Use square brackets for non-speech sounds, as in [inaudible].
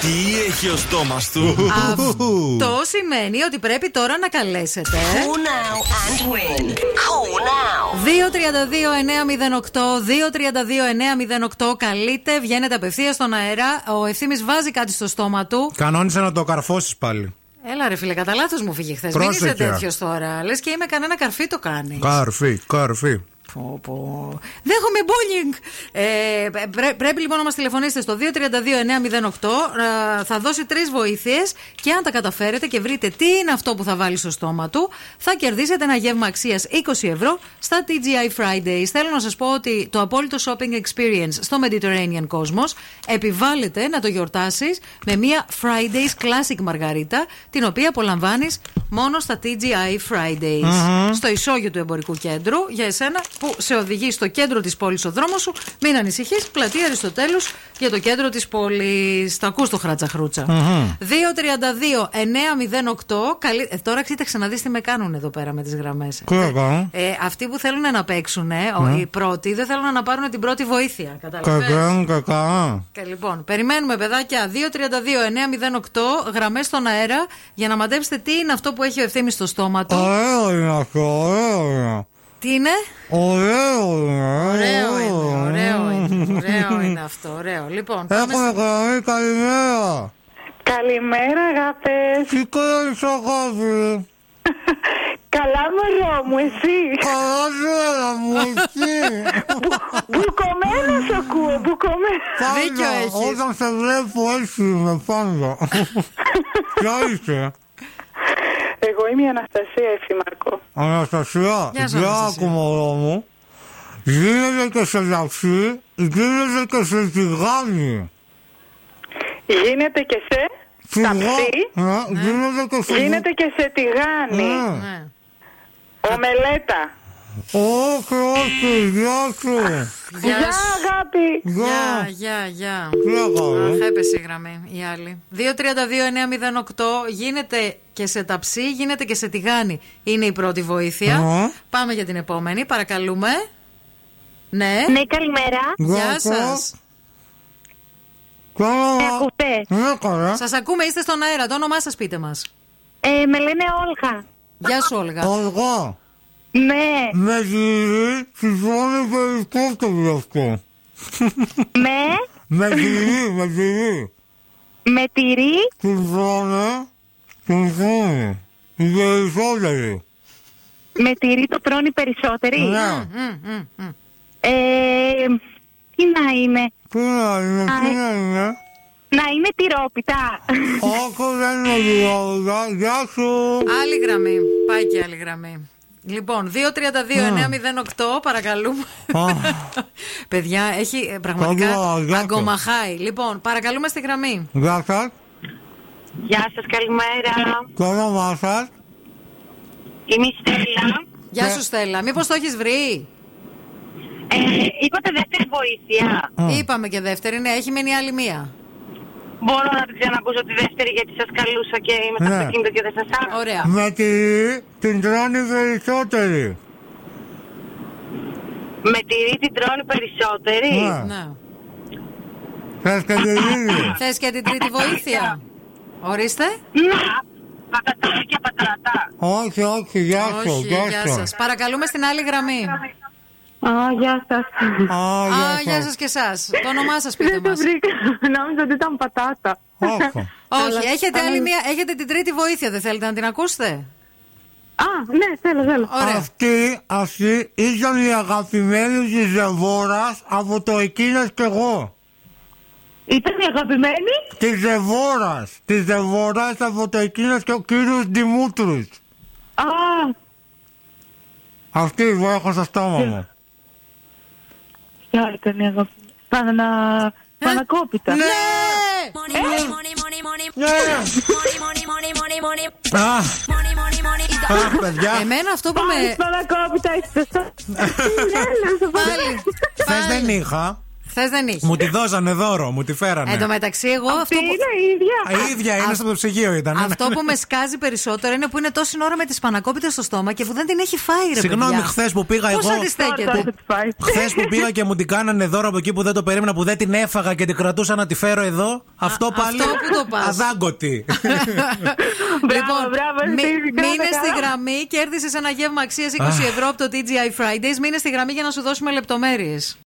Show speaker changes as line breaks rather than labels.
Τι έχει ο στόμας του.
Αυτό σημαίνει ότι πρέπει τώρα να καλέσετε.
Call now and win. Call now.
232-908, 232-908. Καλείτε, βγαίνετε απευθείας στον αέρα. Ο ευθύνη βάζει κάτι στο στόμα του.
Κανόνισε να το καρφώσεις πάλι.
Έλα ρε φίλε, κατά λάθος μου φύγε χθες. Μην
Πρόσεχε.
είσαι τέτοιος τώρα. Λες και είμαι κανένα καρφί το κάνει.
Καρφί, καρφί.
Πω, πω. Δέχομαι bullying. Ε, πρέ- πρέπει λοιπόν να μας τηλεφωνήσετε στο 232-908. Ε, θα δώσει τρεις βοήθειες και αν τα καταφέρετε και βρείτε τι είναι αυτό που θα βάλει στο στόμα του, θα κερδίσετε ένα γεύμα αξίας 20 ευρώ στα TGI Fridays. Θέλω να σας πω ότι το απόλυτο shopping experience στο Mediterranean Cosmos επιβάλλεται να το γιορτάσεις με μία Fridays Classic Μαργαρίτα, την οποία απολαμβάνεις μόνο στα TGI Fridays. Στο ισόγειο του εμπορικού κέντρου, για εσένα που σε οδηγεί στο κέντρο της πόλης ο δρόμος σου, μην ανησυχείς, πλατεία Αριστοτέλους για το κέντρο της πόλης. Τα ακούς το χρατσαχρούτσα. 232-908. Καλή... Ε, τώρα κοίταξε να δει τι με κάνουν εδώ πέρα με τις γραμμές.
Τι να κάνω.
Ε, αυτοί που θέλουν να παίξουν, οι πρώτοι, δεν θέλουν να πάρουν την πρώτη βοήθεια. Κατάλαβες?
Κακά, κακά.
Και λοιπόν, περιμένουμε παιδάκια 232-908 γραμμές στον αέρα για να μαντέψετε τι είναι αυτό που έχει ο ευθύνη στο στόμα του.
Ωραίο είναι αυτό, ωραίο είναι.
Τι είναι.
Ωραίο είναι.
Ωραίο είναι, ωραίο είναι, ωραίο είναι αυτό, ωραίο. Λοιπόν, πάμε
Έχουμε
στη-
κάνει καλημέρα.
Καλημέρα, αγάπες.
Τι κάνεις αγάπη.
Καλά, μωρό μου, εσύ.
Καλά μέρα μου, εσύ.
Μπουκωμένο σ' ακούω, μπουκωμένο.
[laughs]
Πάντα,
Δίκιο έχεις.
Όταν σε βλέπω έτσι είμαι πάντα.
[laughs]
Ποια είσαι.
Εγώ είμαι η Αναστασία Εφημαρκό.
Ah, Αναστασία,
Γεια σου,
για
Αναστασία.
ακουμωρό μου. Γίνεται και σε λαψί, γίνεται και σε τηγάνι.
Γίνεται και σε ταψί,
Ναι, γίνεται και σε...
γίνεται και σε τηγάνι.
Ναι.
Ναι.
Ομελέτα.
Όχι, όχι, γεια σου.
Γεια
Γεια,
σου.
αγάπη.
Γεια, Ε.
Γεια.
γεια, γεια.
Τι έκαμε.
Αχ, έπεσε η γραμμή η άλλη. 232-908 γίνεται και σε ταψί, γίνεται και σε τηγάνι. Είναι η πρώτη βοήθεια.
Ναι.
Πάμε για την επόμενη, παρακαλούμε. Ναι.
Ναι, καλημέρα.
Γεια
Γεια
σα.
σου. Καλά.
Με ακούτε.
Ναι, καλά.
Σας ακούμε, είστε στον αέρα. Το όνομά σας πείτε μας.
Ε, με λένε Όλγα.
Γεια σου, Όλγα.
Αργά.
Ναι,
Με γυρί τη ζώνη περιστρέφτευλε αυτό.
με,
Με γυρί, με γυρί.
με τυρί,
Τη ζώνη, τη ζώνη. Την περισσότερη.
με τυρί το τρώνε οι περισσότεροι.
Ναι.
Μμ, μμ, μ.
Ε, τι να είναι,
Τι να είναι, τι να είναι.
να είναι τυρόπιτα.
Όχι, δεν είναι γυρόλα. Γεια σου.
Άλλη γραμμή. Πάει και άλλη γραμμή. Λοιπόν, 232-908, παρακαλούμε. Παιδιά, έχει ε, πραγματικά
Καλά, γεια σου.
αγκομαχάει. Λοιπόν, παρακαλούμε στη γραμμή.
Γεια σας.
Γεια σας, καλημέρα.
Το όνομά σας.
Είμαι η Στέλλα.
Γεια
Ναι.
σου, Στέλλα. Μήπως το έχεις βρει.
Ε, είπατε δεύτερη βοήθεια.
Α.
Είπαμε και δεύτερη, ναι, έχει μείνει άλλη μία.
Μπορώ να την ξανακούσω τη δεύτερη γιατί σας καλούσα και είμαι
Ναι.
στο αυτοκίνητο και δεν σας άκουσα.
Ωραία.
Με τυρί την τρώνε οι περισσότεροι.
Με τυρί την τρώνε οι περισσότεροι.
Ναι.
Ναι.
Θες και γυρίζει.
Θες και την τρίτη βοήθεια. Ορίστε.
Να, πατατάκια, πατατά.
Όχι, όχι, γεια σου,
Όχι,
γεια σου.
σας. Παρακαλούμε στην άλλη γραμμή.
Α, γεια σας.
Α,
Α,
γεια
γεια
σας.
σας και εσάς. Το όνομά σας πείτε
Δεν
μα.
το βρήκα. Νόμιζα ότι ήταν πατάτα.
Όχι.
Όχι,
Αλλά-
έχετε, άλλη
αλλά-
μία, έχετε την τρίτη βοήθεια, δεν θέλετε να την ακούσετε.
Α, ναι, θέλω, θέλω.
Ωραία.
Αυτή, αυτή ήταν η αγαπημένη της Ζεβόρας από το εκείνος και εγώ.
Ήταν η αγαπημένη.
Της Ζεβόρας. Της Ζεβόρας από το εκείνος και ο κύριος Δημήτρη.
Α,
Αυτή που έχω στο στόμα μου.
ποια ήταν η αγαπημένη. Πανανα... Πανακόπιτα.
Ναι!
Money, money, money, money, money.
Ναι!
Money, money, money, money, money.
Αχ,
Money, money, money. It's the-
αχ, παιδιά.
Εμένα αυτό που
Πάλι
με.
[laughs]
Πανακόπιτα, είσαι σωστό.
Πάλι.
Χθε δεν είχα.
Χθε Χθε δεν είχε.
Μου τη δώσανε δώρο, μου τη φέρανε.
Εν τω μεταξύ, εγώ αυτό
Αυτή
που,
είναι η ίδια.
Α, Η ίδια είναι στο ψυγείο ήταν. ναι,
αυτό
ναι.
που με σκάζει περισσότερο είναι που είναι τόση ώρα με τι πανακόπιτε στο στόμα και που δεν την έχει φάει, ρε
Συγγνώμη,
παιδιά.
χθες που πήγα
Πώς
εγώ-
Τώρα
αντιστέκεται.
θα τη φάει.
Χθες που πήγα και μου την κάνανε δώρο από εκεί που δεν το περίμενα, που δεν την έφαγα και την κρατούσα να τη φέρω εδώ. Αυτό πάλι.
αυτό που το πας. [laughs]
Αδάγκωτη.
Μπράβο, μπράβο,
Λοιπόν, μη-
εσύ, καλά,
μείνε
καλά.
στη γραμμή. Κέρδισες ένα γεύμα αξίας 20 ευρώ από το TGI Fridays. Μείνε στη γραμμή για να σου δώσουμε λεπτομέρειες.